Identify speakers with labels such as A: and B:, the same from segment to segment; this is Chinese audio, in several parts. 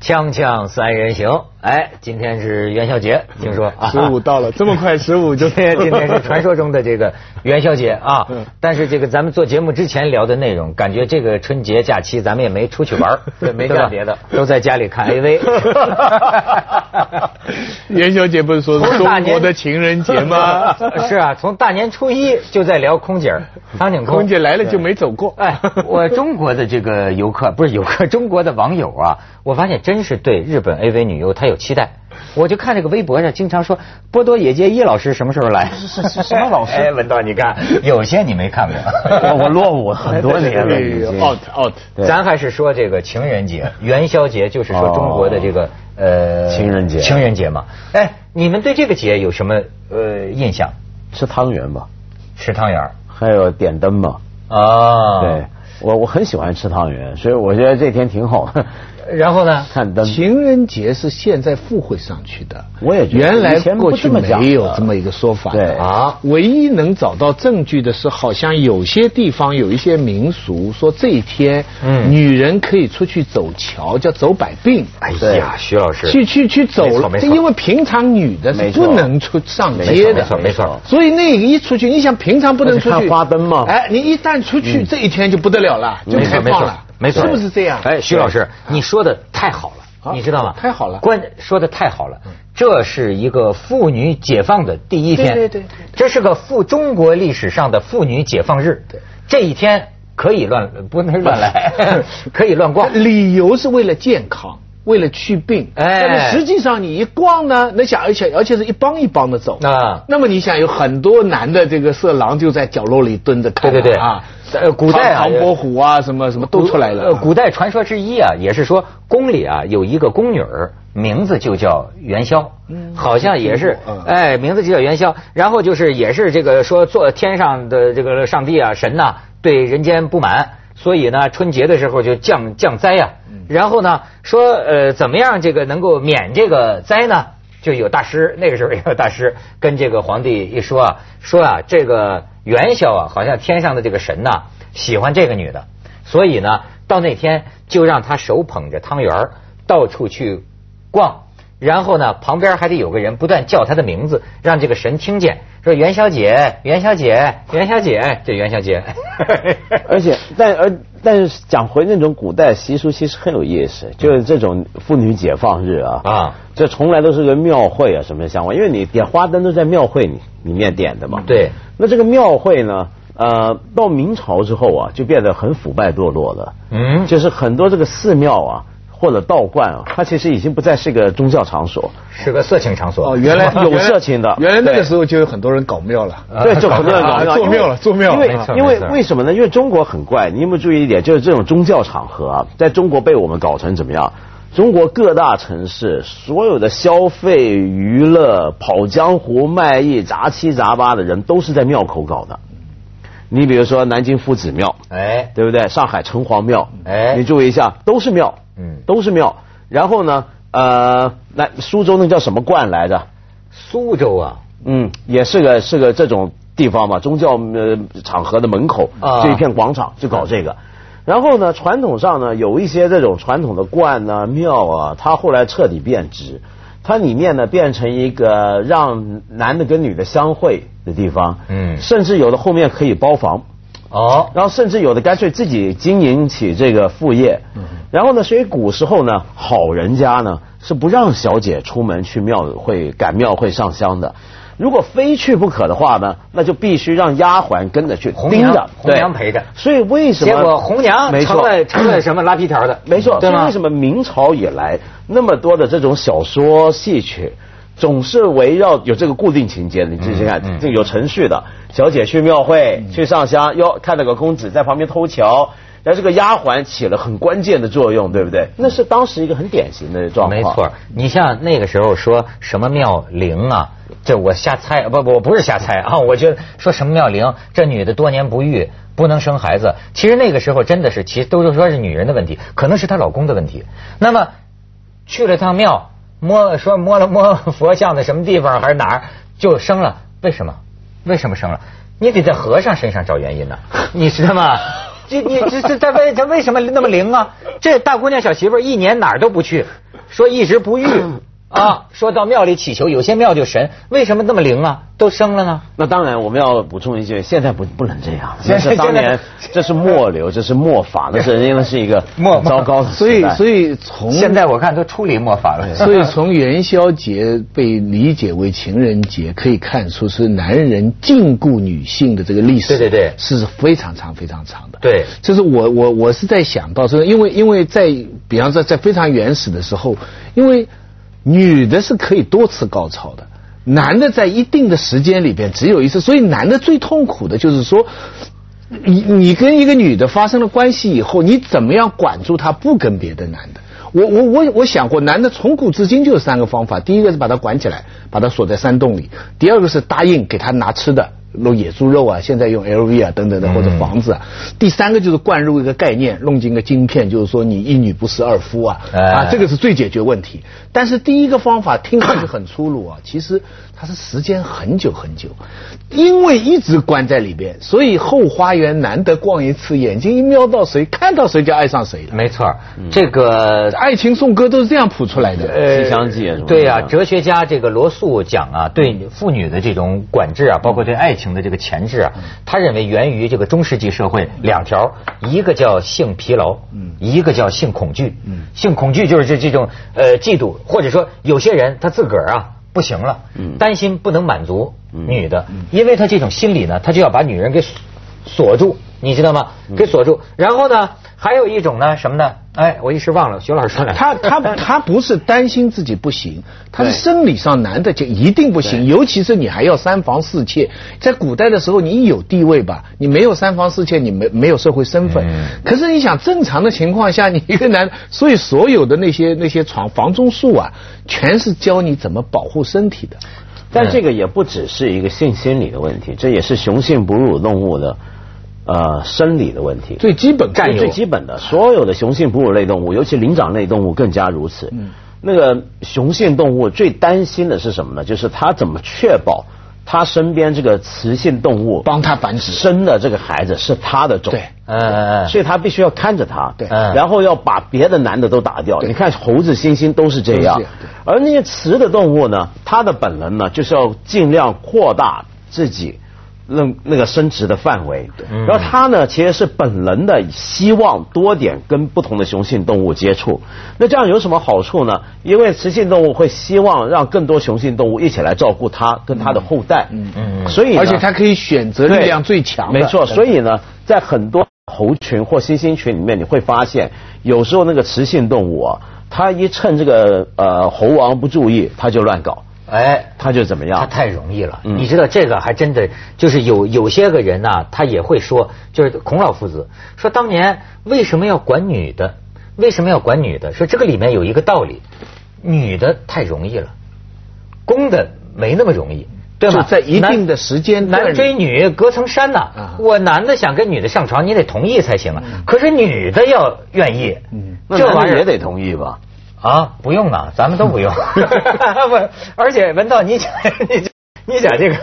A: 锵锵三人行，哎，今天是元宵节，听说啊，
B: 嗯 十五到 了，这么快十五就
A: 今天 今天是传说中的这个元宵节啊
B: 嗯。
A: 但是这个咱们做节目之前聊的内容，感觉这个春节假期咱们也没出去 玩儿，对
C: 没
A: 吧
C: 干别的，
A: 都在家里看 AV。
B: 元宵节不是说是
A: 从大
B: 中
A: 年
B: 国的情人节 吗？
A: 是啊，从大年初一就在聊空姐儿，苍井空。
B: 空姐来了就没走过。
A: 哎，我中国的这个游客不是游客，中国的网友啊， 我发现真是对日本 AV 女优她有期待。我就看这个微博上经常说波多野结衣老师什么时候 来？是是什么老师？ 哎，文道你看，有些你没看过。
C: 我我落伍很多年了，已经。
B: out out，
A: 咱还是说这个情人节、 元宵节，就是说中国的这个、呃
C: 情人节
A: 情人节嘛。哎，你们对这个节有什么呃印象？
C: 吃汤圆吧，
A: 吃汤圆儿
C: 还有点灯吧。
A: 啊，
C: 对，我我很喜欢吃汤圆，所以我觉得这天挺好
A: 对，
C: 的，
A: 然后呢？
C: 看灯。
B: 情人节是现在附会上去的，
C: 我也觉得
B: 原来
C: 以前不
B: 过去
C: 这么讲
B: 没有
C: 的
B: 这么一个说法
C: 对
B: 的
A: 啊
B: 唯一能找到证据的是，好像有些地方有一些民俗说这一天，
A: 嗯
B: 女人可以出去走桥，叫走百病。
A: 哎
C: 对
A: 呀，徐老师，
B: 去去去走
A: 没错，没
B: 这
A: 错
B: 因为平常女的是
C: 没错
B: 不能出上
A: 没错
B: 街
A: 没
B: 的
A: 错，没错。
B: 所以那个一出去，你想平常不能出
C: 那
B: 去
C: 是看花灯嘛
B: 哎，你一旦出去，这一天就不得了了，
A: 嗯
B: 就
A: 没错
B: 开
A: 没
B: 放
A: 错
B: 了，，
A: 没错，
B: 是不是这样？
A: 哎，徐老师，你说的太好了，
B: 啊
A: 你知道吗？
B: 太好了嗯
A: 关说的太好了，这是一个妇女解放的第一天，
B: 对对对对
A: 这是个妇中国历史上的妇女解放日，
B: 对，
A: 这一天可以乱不能乱 来， 可以乱逛，
B: 理由是为了健康，为了去病。
A: 哎
B: 那么实际上你一逛呢，那想而且而且是一帮一帮的走。
A: 啊
B: 那么你想有很多男的这个色狼就在角落里蹲着看、
A: 对
B: 啊。
A: 对对
B: 啊，
A: 呃古代啊
B: 唐唐伯虎啊，什么什么都出来了。
A: 古呃古代传说之一啊，也是说宫里啊有一个宫女儿，名字就叫元宵，好像也是
B: 听嗯过，嗯
A: 哎，名字就叫元宵。然后就是也是这个说做天上的这个上帝啊神呐、对人间不满，所以呢春节的时候就降降灾啊呀、
B: 嗯
A: 然后呢说呃怎么样这个能够免这个灾呢？就有大师，那个时候也有大师跟这个皇帝一说啊，说啊这个元宵啊，好像天上的这个神呐、喜欢这个女的，所以呢，到那天就让他手捧着汤圆儿到处去逛，然后呢，旁边还得有个人不断叫他的名字，让这个神听见，说元宵姐，元宵姐，元宵姐，这元宵节。
C: 而且，但而但是讲回那种古代习俗，其实很有意思，就是这种妇女解放日啊，
A: 嗯啊，
C: 这从来都是跟庙会啊什么相关，因为你点花灯都在庙会里里面点的嘛。
A: 对。
C: 那这个庙会呢，呃，到明朝之后啊，就变得很腐败堕落了。
A: 嗯
C: 就是很多这个寺庙啊。或者道观啊，它其实已经不再是个宗教场所，
A: 是个色情场所。
B: 哦，原来
C: 有色情的
B: 原来那个时候就有很多人搞庙了。
C: 对，就很多人搞
B: 啊做庙了做庙了
C: 因为
A: 没错
C: 因为
A: 没错
C: 为什么呢？因为中国很怪，你有没有注意一点？就是这种宗教场合啊，在中国被我们搞成怎么样？中国各大城市所有的消费、娱乐、跑江湖、卖艺、杂七杂八的人，都是在庙口搞的。你比如说南京夫子庙，
A: 哎，
C: 对不对？上海城隍庙，
A: 哎
C: 你注意一下，都是庙，
A: 嗯
C: 都是庙。然后呢，呃，那苏州那叫什么观来着？
A: 苏州啊，
C: 嗯，也是个是个这种地方嘛，宗教呃场合的门口
A: 啊
C: 这一片广场就搞这个。然后呢，传统上呢有一些这种传统的观啊、庙啊，它后来彻底变质，它里面呢变成一个让男的跟女的相会的地方，
A: 嗯
C: 甚至有的后面可以包房。
A: 哦，
C: 然后甚至有的干脆自己经营起这个副业。
A: 嗯
C: 然后呢，所以古时候呢，好人家呢是不让小姐出门去庙会赶庙会上香的。如果非去不可的话呢，那就必须让丫鬟跟着去
A: 红
C: 盯
A: 娘
C: 着，
A: 红娘
C: 对
A: 陪着
C: 所以为什么？
A: 结果红娘
C: 没
A: 成
C: 错，
A: 了成了什么拉皮条的？
C: 没错，
A: 对
C: 所以
A: 吗
C: 为？什么明朝以来那么多的这种小说、戏曲，总是围绕有这个固定情节的？你自己看，
A: 嗯
C: 这有程序的。小姐去庙会、去上香，哟，看到个公子在旁边偷瞧，然后这个丫鬟起了很关键的作用，对不对？那是当时一个很典型的状况。
A: 嗯没错，，你像那个时候说什么庙灵啊，这我瞎猜，不不，我不是瞎猜啊， 我觉得说什么庙灵，这女的多年不育，不能生孩子。其实那个时候真的是，其实都是说是女人的问题，可能是她老公的问题。那么去了趟庙，摸说摸了摸佛像的什么地方还是哪儿，就生了，为什么？为什么生了？你得在和尚身上找原因呢、你知道吗？这你这这在为他为什么那么灵啊？这大姑娘小媳妇儿一年哪儿都不去，说一直不育啊，说到庙里祈求，有些庙就神，为什么那么灵啊？都生了呢？
C: 那当然，我们要补充一句，现在不不能这样，
A: 现
C: 那
A: 在
C: 是当
A: 现
C: 年
A: 在，
C: 这是末流，这是末法，那是因为是一个
A: 末
C: 很糟糕的时代。
B: 所以所以从
A: 现在我看都出离末法 了。
B: 所以从元宵节被理解为情人节，可以看出是男人禁锢女性的这个历史，
A: 对对对
B: 是非常长非常长的。
A: 对
B: 就是我我我是在想到说，因为因为在比方说在非常原始的时候，因为女的是可以多次高潮的。男的在一定的时间里边只有一次，所以男的最痛苦的就是说，你你跟一个女的发生了关系以后，你怎么样管住她不跟别的男的？我我我我想过，男的从古至今就有三个方法：第一个是把她管起来，把她锁在山洞里；第二个是答应给她拿吃的，弄野猪肉啊，现在用 LV 啊等等的或者房子啊；第三个就是灌入一个概念，弄进一个晶片，就是说你一女不食二夫啊啊
A: 哎，
B: 这个是最解决问题。但是第一个方法听上去很粗鲁啊， 其实它是时间很久很久，因为一直关在里边，所以后花园难得逛一次，眼睛一瞄到谁，看到谁就爱上谁了。
A: 没错儿，这个
B: 爱情颂歌都是这样谱出来的。
A: 呃
C: 嗯西厢记什么的
A: 对呀、哲学家这个罗素讲啊，对妇女的这种管制啊，包括对爱情的这个钳制啊，他认为源于这个中世纪社会两条，一个叫性疲劳，一个叫性恐惧。性恐惧就是这这种呃嫉妒，或者说有些人他自个儿啊不行了，担心不能满足女的，因为他这种心理呢，他就要把女人给锁锁住，你知道吗？给锁住。然后呢，还有一种呢什么呢？哎，我一时忘了，徐老师说两句
B: 他他他不是担心自己不行，他是
C: 对
B: 生理上男的就一定不行，尤其是你还要三房四妾。在古代的时候，你一有地位吧，你没有三房四妾，你没没有社会身份。
C: 嗯
B: 可是你想，正常的情况下，你一个男 的，所以所有的那些那些床房中术啊，全是教你怎么保护身体的。嗯
C: 但这个也不只是一个性心理的问题，这也是雄性哺乳动物的呃生理的问题。
B: 最基本
C: 这是最基本的，所有的雄性哺乳类动物，尤其灵长类动物更加如此。
B: 嗯
C: 那个雄性动物最担心的是什么呢？就是它怎么确保它身边这个雌性动物
B: 帮它繁殖。
C: 生的这个孩子是它的种。
B: 对
A: 嗯嗯嗯，
C: 所以他必须要看着他，哎
B: 对
A: 嗯
C: 然后要把别的男的都打掉。
B: 对
C: 你看猴子、猩猩都是这样
B: 都是这样对，
C: 而那些雌的动物呢，它的本能呢，就是要尽量扩大自己那那个生殖的范围。嗯然后它呢，其实是本能的希望多点跟不同的雄性动物接触。那这样有什么好处呢？因为雌性动物会希望让更多雄性动物一起来照顾它跟它的后代。嗯嗯，所以呢
B: 而且它可以选择力
C: 对
B: 量最强的
C: 没错，
B: 对
C: 所以呢，在很多猴群或猩猩群里面，你会发现，有时候那个雌性动物啊，它一趁这个呃猴王不注意，它就乱搞，
A: 哎。
C: 它就怎么
A: 他
C: 样？
A: 太容易了，
C: 嗯
A: 你知道这个还真的就是有有些个人呐、他也会说，就是孔老夫子说当年为什么要管女的，为什么要管女的？说这个里面有一个道理，女的太容易了，公的没那么容易，对吧？
B: 就在一定的时间段
A: 男
B: 里
A: 追女隔层山呐、
B: 啊嗯
A: 我男的想跟女的上床，你得同意才行啊。可是女的要愿意，
C: 那
A: 这
C: 男
A: 玩意
C: 人
A: 儿
C: 也得同意吧？
A: 啊，不用呢，咱们都不用。 不，而且文道，你 讲你讲你讲这个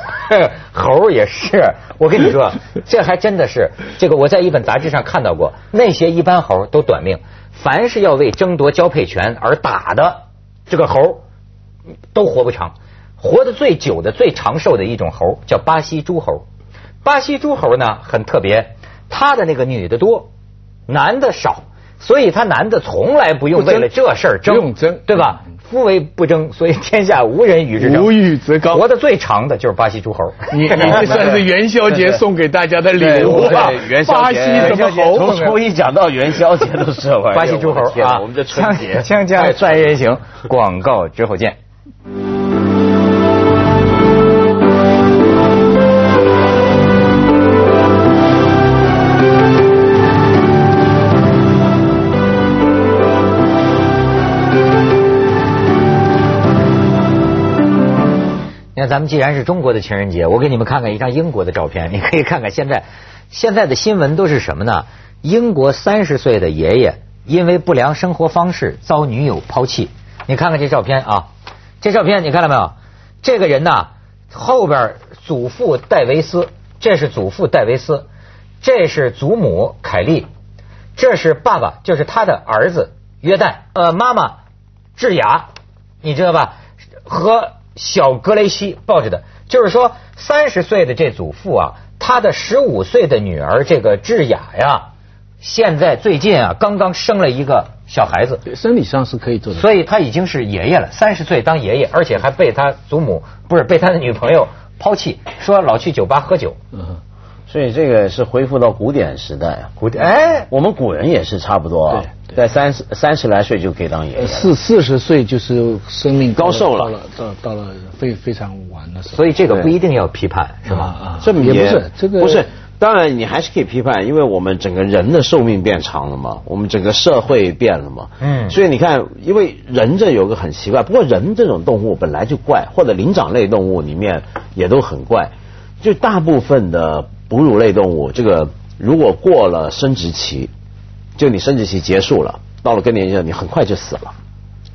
A: 猴儿也是，我跟你说，这还真的是这个，我在一本杂志上看到过，那些一般猴儿都短命，凡是要为争夺交配权而打的这个猴儿，都活不长。活得最久的、最长寿的一种猴儿叫巴西诸猴。巴西诸猴呢很特别，它的那个女的多，男的少，所以它男的从来不用
B: 不争
A: 为了这事儿争，
B: 不用争嗯
A: 对吧？夫为不争，所以天下无人与之争。
B: 无欲则刚
A: 活得最长的就是巴西诸猴。
B: 你你这 算是元宵节送给大家的礼物吧？
C: 对元宵
B: 巴西
C: 节
B: 什么啊猴？
C: 从初一讲到元宵节都是玩意儿
A: 巴西诸猴
C: 我的
B: 哎
C: 天
A: 啊，
C: 我们这春节
A: 锵锵锵三人行，广告之后见。你看，咱们既然是中国的情人节，我给你们看看一张英国的照片，你可以看看现在现在的新闻都是什么呢？英国三十岁的爷爷因为不良生活方式遭女友抛弃，你看看这照片啊，这照片你看到没有？这个人呐，后边祖父戴维斯，这是祖父戴维斯，这是祖母凯莉，这是爸爸，就是他的儿子约旦，呃，妈妈智雅，你知道吧？和小格雷西抱着的，就是说三十岁的这祖父啊，他的十五岁的女儿这个智雅呀，现在最近啊刚刚生了一个小孩子，
B: 生理上是可以做的。
A: 所以他已经是爷爷了，三十岁当爷爷，而且还被他祖母不是被他的女朋友抛弃，说老去酒吧喝酒。
B: 嗯，
C: 所以这个是恢复到古典时代啊，古典哎，我们古人也是差不多啊，在三十三十来岁就可以当爷爷了。
B: 四四十岁就是生命
C: 高寿了
B: 到了到到了非非常晚的时候。
A: 所以这个不一定要批判，是吧？
B: 啊啊，
C: 这
B: 也不是这个
C: 不是，当然你还是可以批判，因为我们整个人的寿命变长了嘛，我们整个社会变了嘛，
A: 嗯
C: 所以你看，因为人这有个很奇怪，不过人这种动物本来就怪，或者灵长类动物里面也都很怪，就大部分的哺乳类动物，这个如果过了生殖期，就你生殖期结束了，到了更年期了，你很快就死了。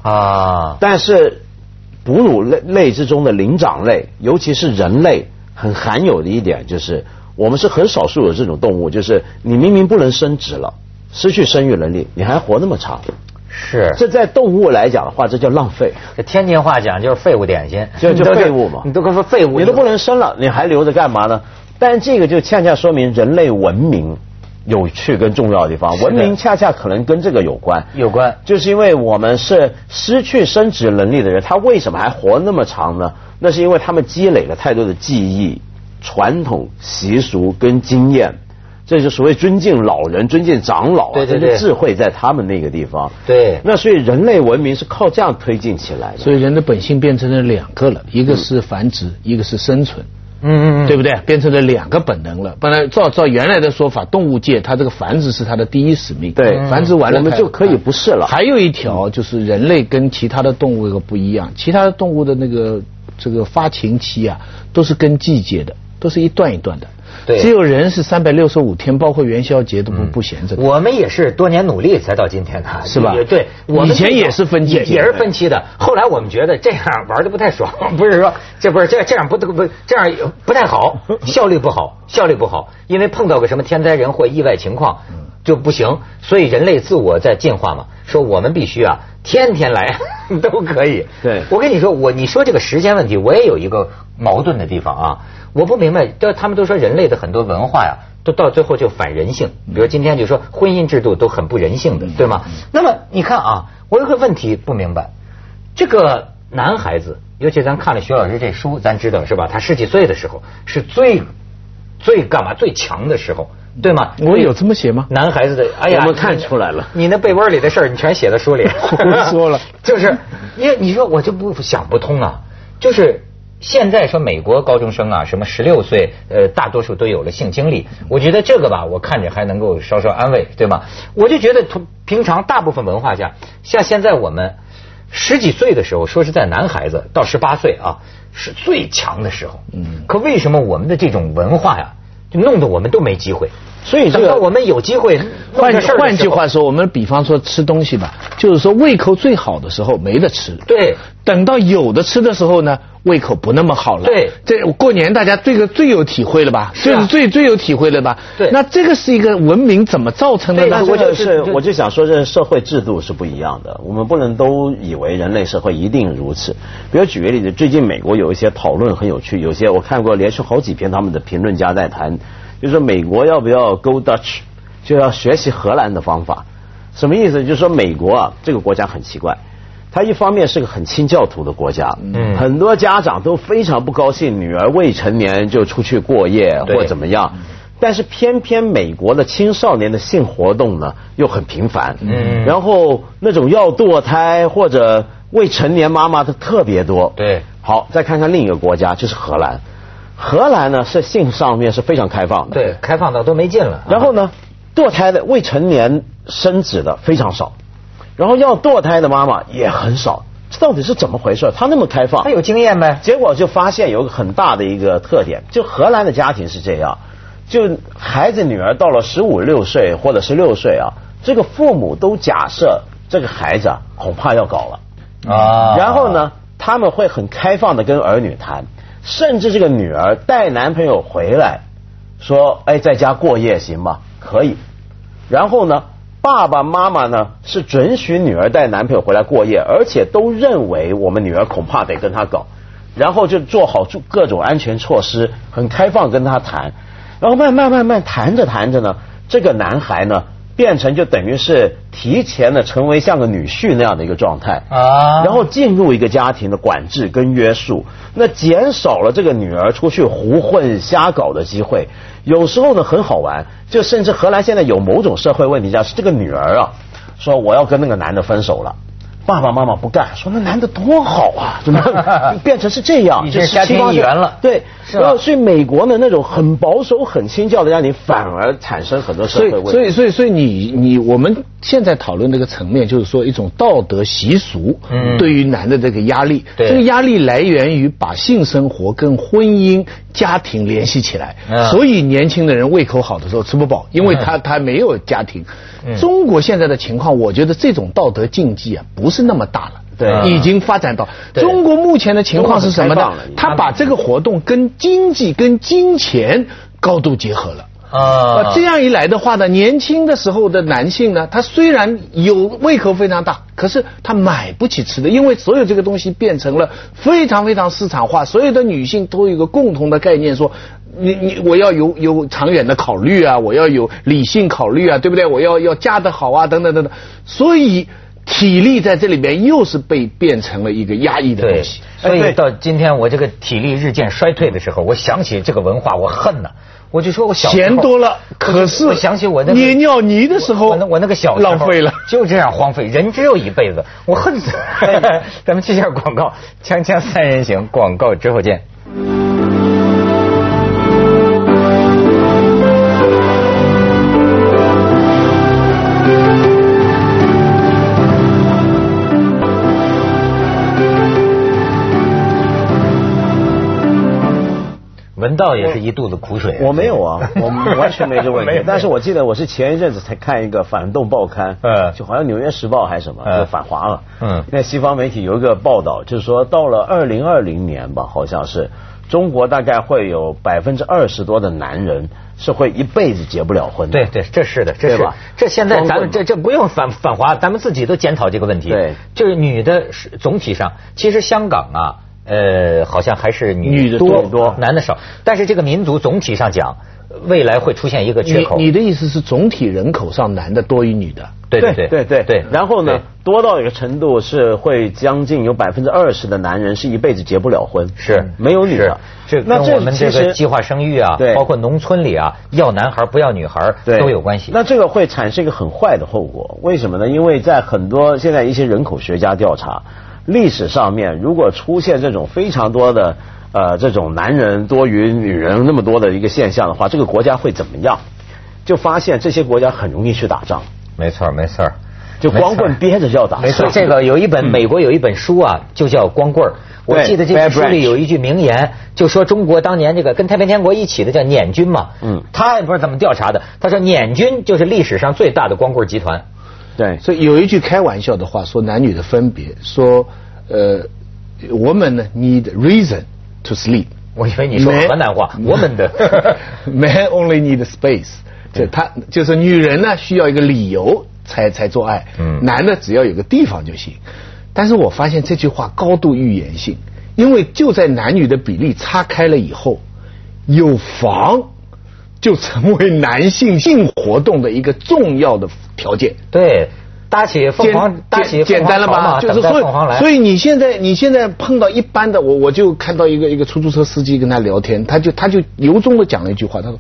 A: 啊，
C: 但是哺乳类类之中的灵长类，尤其是人类，很罕有的一点就是，我们是很少数有这种动物，就是你明明不能生殖了，失去生育能力，你还活那么长，
A: 是。
C: 这在动物来讲的话，这叫浪费。
A: 这天津话讲就是废物点心，
C: 就就
A: 你都
C: 废物嘛
A: 你都跟说废物，
C: 你都不能生了，你还留着干嘛呢？但这个就恰恰说明人类文明有趣跟重要的地方，
A: 是的
C: 文明恰恰可能跟这个有关。
A: 有关。
C: 就是因为我们是失去生殖能力的人，他为什么还活那么长呢？那是因为他们积累了太多的记忆、传统习俗跟经验，这就所谓尊敬老人、尊敬长老啊，
A: 对对对
C: 这些智慧在他们那个地方。
A: 对
C: 那所以人类文明是靠这样推进起来的。
B: 所以人的本性变成了两个了，一个是繁殖，一个是生存。
A: 嗯嗯嗯，
B: 对不对？变成了两个本能了。本来照照原来的说法，动物界它这个繁殖是它的第一使命，
C: 对
B: 繁殖完了
C: 我们
B: 它哎
C: 就可以不是了
B: 还有一条就是人类跟其他的动物有个不一样，其他的动物的那个这个发情期啊，都是跟季节的，都是一段一段的。
A: 对
B: 只有人是三百六十五天，包括元宵节都
C: 嗯
B: 不、不闲着的。
A: 我们也是多年努力才到今天的，
B: 是吧
A: 也对，我们
B: 以前也是分期
A: 也也是分期的。后来我们觉得这样玩的不太爽， 不是说这不是这这样不不这样不太 好，效率不好，效率不好，因为碰到个什么天灾人祸、意外情况
C: 嗯
A: 就不行。所以人类自我在进化嘛，说我们必须啊，天天来 都可以。
C: 对
A: 我跟你说，我你说这个时间问题，我也有一个矛盾的地方啊，我不明白，就他们都说人类的很多文化呀、都到最后就反人性，
C: 嗯
A: 比如今天就说婚姻制度都很不人性的，对吗？那么你看啊，我有个问题不明白，这个男孩子，尤其咱看了徐老师这书，咱知道是吧？他十几岁的时候是最最干嘛最强的时候，对吗？
B: 我有这么写吗？
A: 男孩子的，哎呀，
C: 嗯我们看出来了
A: 你那被窝里的事儿，你全写在书 里，
B: 胡说了。
A: 就是，因为你说我就不想不通啊，就是现在说美国高中生啊，什么十六岁，呃，大多数都有了性经历，我觉得这个吧，我看着还能够稍稍安慰，对吧？我就觉得同平常大部分文化下，像现在我们十几岁的时候，说是在男孩子到十八岁啊，是最强的时候。嗯。可为什么我们的这种文化呀，就弄得我们都没机会？
C: 所以这
A: 等到
C: 个
A: 我们有机会弄
B: 换
A: 这事儿的时候
B: 换句话，说，我们比方说吃东西吧，就是说胃口最好的时候没得吃，
A: 对
B: 等到有的吃的时候呢，胃口不那么好了。
A: 对
B: 这过年大家这个最有体会了吧？
A: 是啊
B: 就是最最有体会了吧？
A: 对
B: 那这个是一个文明怎么造成的
A: 对
B: 呢
A: 那？
C: 但
A: 我
C: 我
A: 就
C: 就是是
A: 就
C: 我就想说，这社会制度是不一样的，我们不能都以为人类社会一定如此。比如举个例子，最近美国有一些讨论很有趣，有些我看过连续好几篇他们的评论家在谈，就是美国要不要 go Dutch，就要学习荷兰的方法。什么意思？就是说美国啊，这个国家很奇怪。它一方面是个很清教徒的国家，
A: 嗯
C: 很多家长都非常不高兴，女儿未成年就出去过夜
A: 对
C: 或怎么
A: 嗯
C: 样。但是偏偏美国的青少年的性活动呢又很频繁，
A: 嗯
C: 然后那种要堕胎或者未成年妈妈的特别多。
A: 对
C: 好，再看看另一个国家，就是荷兰。荷兰呢是性上面是非常开放的，
A: 对，开放到都没劲了。啊
C: 然后呢，堕胎的未成年生子的非常少，然后要堕胎的妈妈也很少，这到底是怎么回事？他那么开放
A: 他，有经验呗。
C: 结果就发现有一个很大的一个特点，就荷兰的家庭是这样，就孩子女儿到了十五六岁或者十六岁啊，这个父母都假设这个孩子啊恐怕要搞了。
A: 啊
C: 然后？呢，他们会很开放的跟儿女谈，甚至这个女儿带男朋友回来，说，哎，在家过夜行吗？可以。然后呢，爸爸妈妈呢是准许女儿带男朋友回来过夜，而且都认为我们女儿恐怕得跟他搞，然后就做好诸各种安全措施，很开放跟他谈。然后慢慢慢慢谈着谈着呢，这个男孩呢变成就等于是提前的成为像个女婿那样的一个状态
A: 啊
C: 然后进入一个家庭的管制跟约束，那减少了这个女儿出去胡混瞎搞的机会。有时候呢很好玩，就甚至荷兰现在有某种社会问题下，是这个女儿啊说我要跟那个男的分手了。爸爸妈妈不干，说那男的多好啊，怎么 变成是这样？
A: 已经
C: 就是
A: 家庭
C: 18岁
A: 一员了
C: 对，
A: 是吧
C: 然后所以美国的那种很保守、很清教的家庭，反而产生很多社
B: 所
C: 会
B: 以
C: 问题。，
B: 所以，所以，所以你你我们现在讨论这个层面，就是说一种道德习俗
A: 嗯
B: 对于男的这个压力，
A: 对
B: 这个压力来源于把性生活跟婚姻、家庭联系起来
A: 嗯，
B: 所以年轻的人胃口好的时候吃不饱，因为
C: 嗯
B: 他他没有家庭。中国现在的情况，我觉得这种道德禁忌啊，不是那么大了。
C: 对
B: 已经发展到
A: 对
B: 中国目前的情况是什么
C: 中国
B: 呢
C: 很开放
B: 他
C: 了？
B: 把这个活动跟经济、跟金钱高度结合了。
A: 啊
B: 呃，这样一来的话呢，年轻的时候的男性呢，他虽然有胃口非常大，可是他买不起吃的，因为所有这个东西变成了非常非常市场化。所有的女性都有一个共同的概念说。你你我要有有长远的考虑啊，我要有理性考虑啊，对不对？我要要嫁得好啊，等等等等。所以体力在这里边又是被变成了一个压抑的
A: 对
B: 东西。，
A: 所
C: 哎对
A: 以到今天我这个体力日渐衰退的时候，我想起这个文化，我恨呐！我就说我小时候
B: 钱多了，可是
A: 我想起我那个
B: 捏尿泥的时候，
A: 我那我那个小时候
B: 浪费了。
A: 就这样荒废，人只有一辈子，我恨死了。
B: 哎
A: 咱们去下广告，锵锵三人行广告之后见。文道也是一肚子苦水、
C: 我没有 啊，我完全没这问
A: 没
C: 题
A: 有。
C: 但是我记得我是前一阵子才看一个反动报刊，
A: 嗯
C: 就好像《纽约时报》还是什么，
A: 嗯
C: 就反华了。
A: 嗯
C: 那西方媒体有一个报道，就是说到了二零二零年吧，好像是中国大概会有百分之二十多的男人是会一辈子结不了婚的。
A: 对对，这是的，这
C: 嗯对
A: 是
C: 吧
A: 这现在咱们
C: 光棍
A: 这这不用反反华，咱们自己都检讨这个问题。
C: 对，
A: 就是女的是总体上，其实香港啊，呃，好像还是
B: 女
A: 女
B: 的
A: 多
B: 多多
A: 男的少，但是这个民族总体上讲，未来会出现一个缺口。
B: 你你的意思是总体人口上男的多于女的？
A: 对对对
C: 对对
A: 对，
C: 然后
A: 对
C: 呢，多到一个程度是会将近有百分之二十的男人是一辈子结不了婚，
A: 是
C: 没有女的。
A: 是这跟我们这
C: 其实
A: 个计划生育啊
C: 对，
A: 包括农村里啊，要男孩不要女孩
C: 对，
A: 都有关系。
C: 那这个会产生一个很坏的后果，为什么呢？因为在很多现在一些人口学家调查，历史上面如果出现这种非常多的呃这种男人多于女人那么多的一个现象的话，这个国家会怎么样？就发现这些国家很容易去打仗，
A: 没错儿没错儿，
C: 就光棍
A: 没错儿
C: 憋着就要打
A: 没错，
C: 仗
A: 这个有一
B: 嗯
A: 本美国有一本书啊，就叫《光棍儿》。我
C: 对
A: 记得这本
C: Bear
A: 书
C: Branch
A: 里有一句名言，就说中国当年这个跟太平天国一起的叫捻军嘛，
C: 嗯
A: 他也不知道怎么调查的，他说捻军就是历史上最大的光棍集团。哎
C: 对，
B: 所以有一句开玩笑的话，说男女的分别，说呃，woman 呢 need reason to sleep。
A: 我以为你说
B: Man-
A: 河南 话，我们的
B: man only need space，就他就是女人呢需要一个理由才才做爱，
A: 嗯
B: 男的只要有个地方就行。但是我发现这句话高度预言性，因为就在男女的比例岔开了以后，有房就成为男性性活动的一个重要的条件。
A: 对，搭起凤
B: 简
A: 凰，搭起
B: 简
A: 凤
B: 简
A: 凰
B: 单了
A: 巢嘛
B: 吧？就是
A: 等待
B: 所以
A: 凤凰来。
B: 所以你现在你现在碰到一般的我，我就看到一个一个出租车司机跟他聊天，他就他就由衷的讲了一句话，他说：“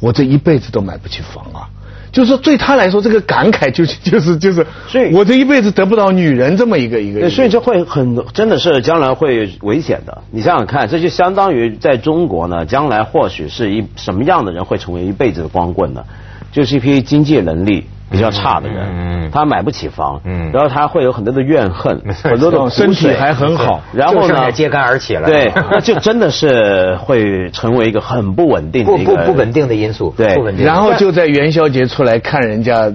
B: 我这一辈子都买不起房啊。”就是说，对他来说，这个感慨就是就是就是，
C: 所以
B: 我这一辈子得不到女人这么一个一个。
C: 对，所以这会很真的是将来会危险的。你想想看，这就相当于在中国呢，将来或许是一什么样的人会成为一辈子的光棍呢？就是一批经济能力比较差的人，
A: 嗯嗯嗯
C: 他买不起房，
A: 嗯
C: 然后他会有很多的怨恨，
A: 错
C: 很多的苦水
B: 身体还很好
C: 然后
A: 就剩下
C: 呢，
A: 揭竿而起了
C: 对，那就真的是会成为一个很不稳定的
A: 不
C: 一
A: 不
C: 个
A: 不稳定的因素，
C: 对
A: 不稳定。
B: 然后就在元宵节出来看人家。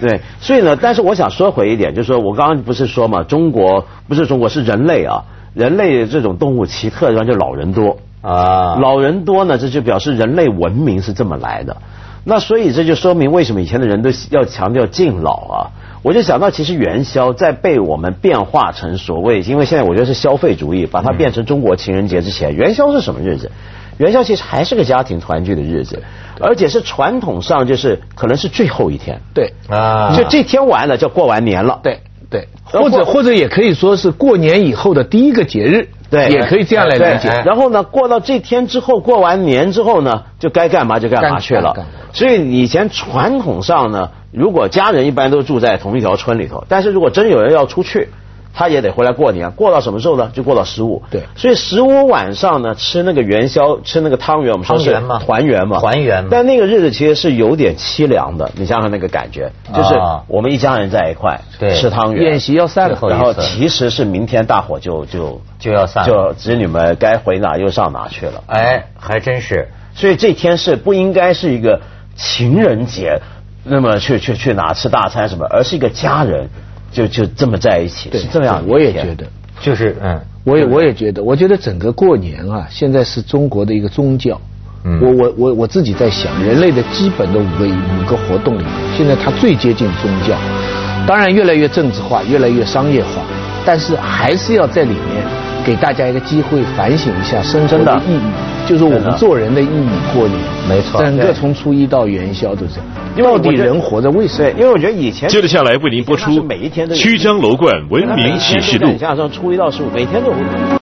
C: 对，所以呢，但是我想说回一点，就是说我刚刚不是说嘛，中国不是中国是人类啊，人类这种动物奇特的地方就老人多，
A: 啊，
C: 老人多呢，这就表示人类文明是这么来的。那所以这就说明为什么以前的人都要强调敬老啊。我就想到，其实元宵在被我们变化成所谓，因为现在我觉得是消费主义，把它变成中国情人节之前，元宵是什么日子？元宵其实还是个家庭团聚的日子，而且是传统上就是可能是最后一天，
B: 对
A: 啊，
C: 就这天完了就过完年了。
B: 对对，
C: 然后
B: 或者或者也可以说是过年以后的第一个节日，
C: 对
B: 也可以这样来理
A: 对哎
B: 解。
C: 然后呢，过到这天之后，过完年之后呢，就该干嘛就干嘛去了
B: 干干干。
C: 所以以前传统上呢，如果家人一般都住在同一条村里头，但是如果真有人要出去，他也得回来过年。过到什么时候呢？就过到十五。
B: 对
C: 所以十五晚上呢，吃那个元宵，吃那个汤圆，我们说是
A: 汤圆嘛
C: 团圆嘛，
A: 团圆嘛
C: 但那个日子其实是有点凄凉的，你想想那个感觉，就是
A: 啊
C: 我们一家人在一块
A: 对
C: 吃汤圆，
B: 宴席要散了
A: 最后一
C: 然后
A: 次
C: 其实是明天大伙就就
A: 就要
B: 啊
A: 散了
C: 就子女们该回哪又上哪去了。
A: 哎，还真是。
C: 所以这天是不应该是一个情人节，那么去去去哪吃大餐什么，而是一个家人就就这么在一起，
B: 对
C: 是这样的一
B: 对
C: 天。
B: 我也觉得，
A: 就是嗯，
B: 我也我也觉得，我觉得整个过年啊，现在是中国的一个宗教。
A: 嗯
B: 我我我我自己在想，人类的基本的五个五个活动里面，现在它最接近宗教，当然越来越政治化，越来越商业化，但是还是要在里面给大家一个机会反省一下生活
C: 真的
B: 意义，就是我
C: 真
B: 们
C: 的
B: 做人的意义。过年，
A: 没错
B: 整
A: 对
B: 个从初一到元宵都是这
C: 因
B: 样。
C: 为
B: 到
C: 我觉
B: 底
C: 得
B: 人活着为什么
C: 对，？因为我觉得以前
D: 接着下来为您播出
C: 它是每一天都
D: 《曲
C: 有
D: 江楼观文明启示录》。
C: 你想想，从初一到十五，每天都有。